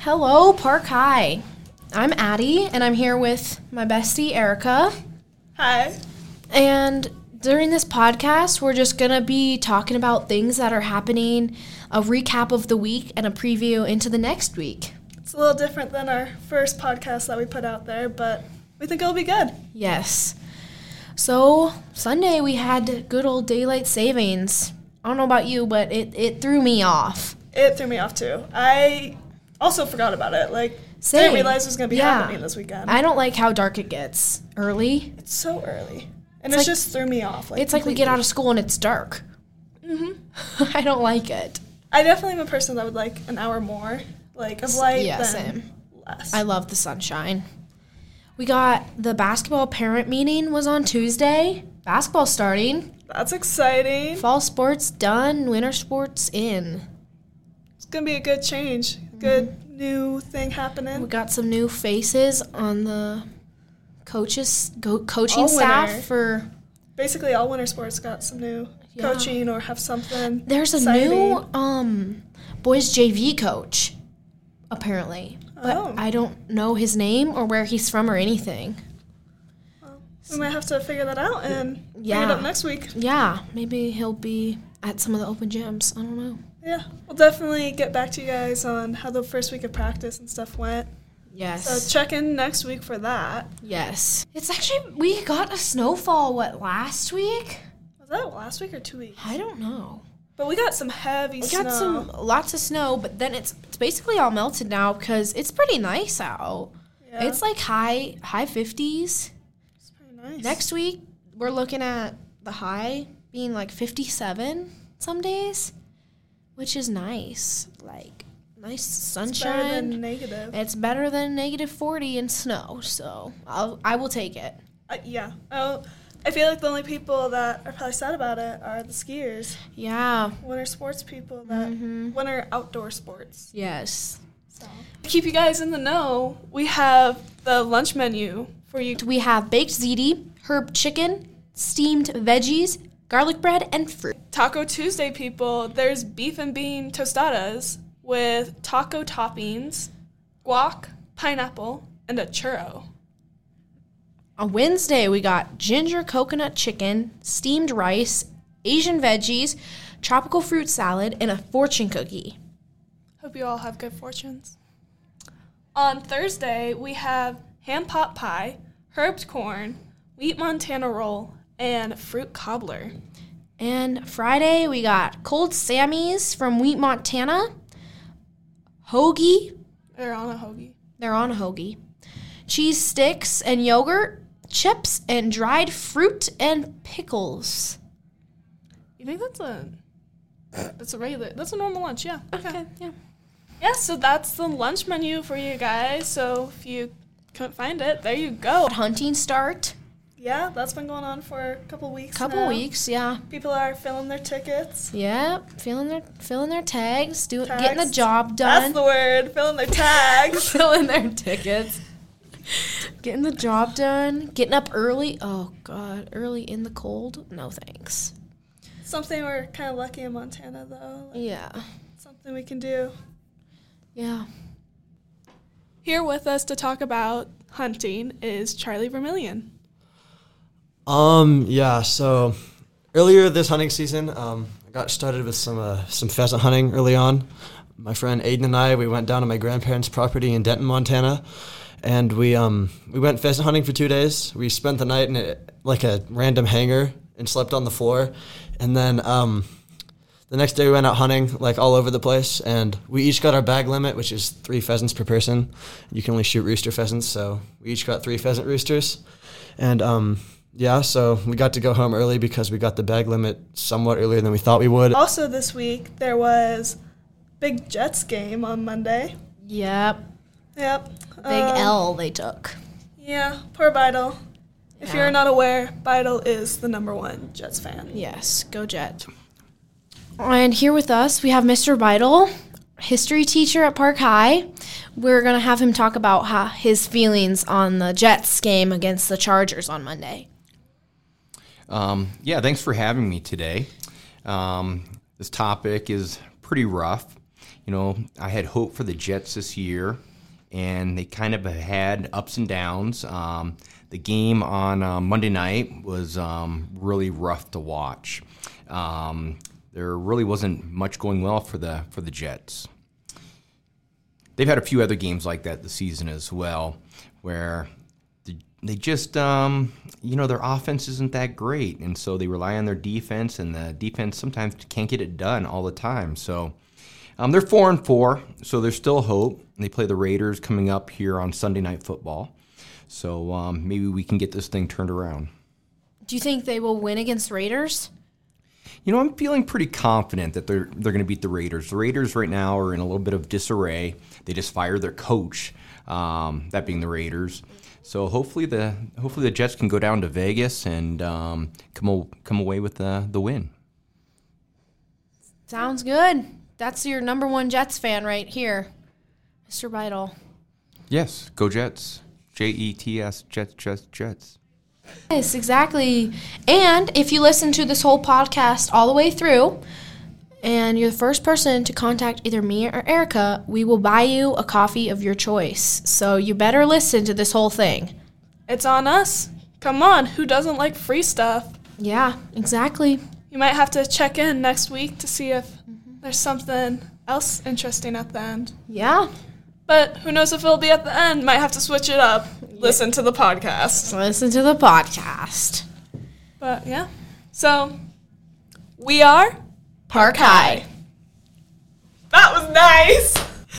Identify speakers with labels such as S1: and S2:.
S1: Hello, Park High. I'm Addie, and I'm here with my bestie, Erica.
S2: Hi.
S1: And during this podcast, we're just going to be talking about things that are happening, a recap of the week, and a preview into the next week.
S2: It's a little different than our first podcast that we put out there, but we think it'll be good.
S1: Yes. So, Sunday we had good old daylight savings. I don't know about you, but it, it threw me off.
S2: It threw me off too. I also forgot about it. Like,
S1: Same.
S2: didn't realize it was going to be
S1: Yeah.
S2: happening this weekend.
S1: I don't like how dark it gets early.
S2: it's so early. And it's
S1: like-
S2: just threw me off. Like,
S1: It's like we get out of school and it's dark. Mm-hmm. I don't like it.
S2: I definitely am a person that would like an hour more, like, of light
S1: yeah,
S2: than
S1: same.
S2: less.
S1: I love the sunshine. We got the basketball parent meeting was on Tuesday. Basketball starting.
S2: That's exciting.
S1: Fall sports done, winter sports in.
S2: It's going to be a good change.
S1: Mm-hmm.
S2: Good new thing happening.
S1: We got some new faces on the coaches go, coaching
S2: All winter.
S1: staff for
S2: Basically, all winter sports got some new
S1: Yeah.
S2: coaching or have something.
S1: There's a
S2: exciting.
S1: new um boys JV coach apparently. But
S2: Oh.
S1: I don't know his name or where he's from or anything.
S2: We might have to figure that out and bring
S1: Yeah.
S2: it up next week.
S1: Yeah, maybe he'll be at some of the open gyms. I don't know.
S2: Yeah, we'll definitely get back to you guys on how the first week of practice and stuff went. So
S1: Yes.
S2: check in next week for that.
S1: yes. It's actually we got a snowfall what last week?
S2: Was that last week or two weeks?
S1: I don't know.
S2: But we got some heavy
S1: We
S2: snow.
S1: got some lots of snow, but then it's it's basically all melted now because it's pretty nice out.
S2: Yeah,
S1: It's like high high 50s.
S2: it's pretty nice.
S1: Next week, we're looking at the high being like 57 some days, which is nice. Like, nice
S2: It's better
S1: sunshine.
S2: than negative.
S1: it's better than negative 40 and snow, so I'll, I will take it.
S2: Uh, yeah. Oh, I feel like the only people that are probably sad about it are the skiers,
S1: Yeah.
S2: winter sports people that
S1: Mm-hmm.
S2: winter outdoor sports.
S1: Yes.
S2: So keep you guys in the know. We have the lunch menu for you.
S1: We have baked ziti, herb chicken, steamed veggies, garlic bread, and fruit.
S2: Taco Tuesday people, there's beef and bean tostadas with taco toppings, guac, pineapple, and a churro.
S1: On Wednesday, we got ginger coconut chicken, steamed rice, Asian veggies, tropical fruit salad, and a fortune cookie.
S2: Hope you all have good fortunes. On Thursday, we have ham pot pie, herbed corn, wheat Montana roll, and fruit cobbler.
S1: And Friday, we got cold Sammy's from Wheat, Montana, hoagie,
S2: They're on a hoagie.
S1: they're on a hoagie, cheese sticks and yogurt, chips, and dried fruit and pickles.
S2: You think that's a that's a regular that's a normal lunch, yeah. Okay.
S1: yeah.
S2: Yeah, so that's the lunch menu for you guys. So if you couldn't find it, there you go.
S1: Hunting start,
S2: Yeah, that's been going on for a couple weeks.
S1: couple
S2: now.
S1: weeks, yeah.
S2: People are filling their tickets.
S1: Yep, filling their filling their tags, doing getting the
S2: Tags.
S1: job
S2: That's
S1: done.
S2: the word. Filling their tags.
S1: filling their tickets, getting the job done, getting up early. Oh God, early in the cold? No thanks.
S2: something we're kind of lucky in Montana though. Like,
S1: Yeah,
S2: something we can do.
S1: yeah.
S2: Here with us to talk about hunting is Charlie Vermillion.
S3: Um, yeah, so earlier this hunting season, um, I got started with some uh, some pheasant hunting early on. My friend Aiden and I, we went down to my grandparents' property in Denton, Montana, and we um we went pheasant hunting for two days. We spent the night in a, like a random hangar and slept on the floor, and then um the next day we went out hunting like all over the place, and we each got our bag limit, which is three pheasants per person. You can only shoot rooster pheasants, so we each got three pheasant roosters. And um, yeah, so we got to go home early because we got the bag limit somewhat earlier than we thought we would.
S2: Also this week there was big Jets game on Monday.
S1: Yep.
S2: Yep.
S1: Big
S2: Um,
S1: L they took.
S2: Yeah, poor Beidle. If
S1: Yeah.
S2: you're not aware, Beidle is the number one Jets fan.
S1: Yes, go Jet. And here with us we have Mr. Beidle, history teacher at Park High. We're gonna have him talk about ho- his feelings on the Jets game against the Chargers on Monday.
S4: Um, yeah, thanks for having me today. Um, this topic is pretty rough. You know, I had hope for the Jets this year, and they kind of had ups and downs. Um, the game on uh, Monday night was um, really rough to watch. Um, there really wasn't much going well for the for the Jets they've had a few other games like that this season as well, where th- they just, um, you know, their offense isn't that great, and so they rely on their defense, and the defense sometimes can't get it done all the time. So um, they're four and four, so there's still hope. They play the Raiders coming up here on Sunday Night Football, so um, maybe we can get this thing turned around.
S1: Do you think they will win against Raiders?
S4: You know, I'm feeling pretty confident that they're they're going to beat the Raiders. The Raiders right now are in a little bit of disarray. They just fired their coach, um, that being the Raiders. So hopefully the hopefully the Jets can go down to Vegas and um, come o- come away with the the win.
S1: Sounds good. That's your number one Jets fan right here, Mr. Beidle.
S4: Yes, go Jets. J E T S Jets Jets Jets.
S1: Yes, exactly. And if you listen to this whole podcast all the way through, and you're the first person to contact either me or Erica, we will buy you a coffee of your choice. So you better listen to this whole thing.
S2: It's on us. Come on, who doesn't like free stuff?
S1: Yeah, exactly.
S2: You might have to check in next week to see if
S1: Mm-hmm.
S2: there's something else interesting at the end.
S1: Yeah.
S2: But who knows if it'll be at the end? Might have to switch it up. Listen to the podcast.
S1: Listen to the podcast.
S2: But yeah. So we are
S1: Park High.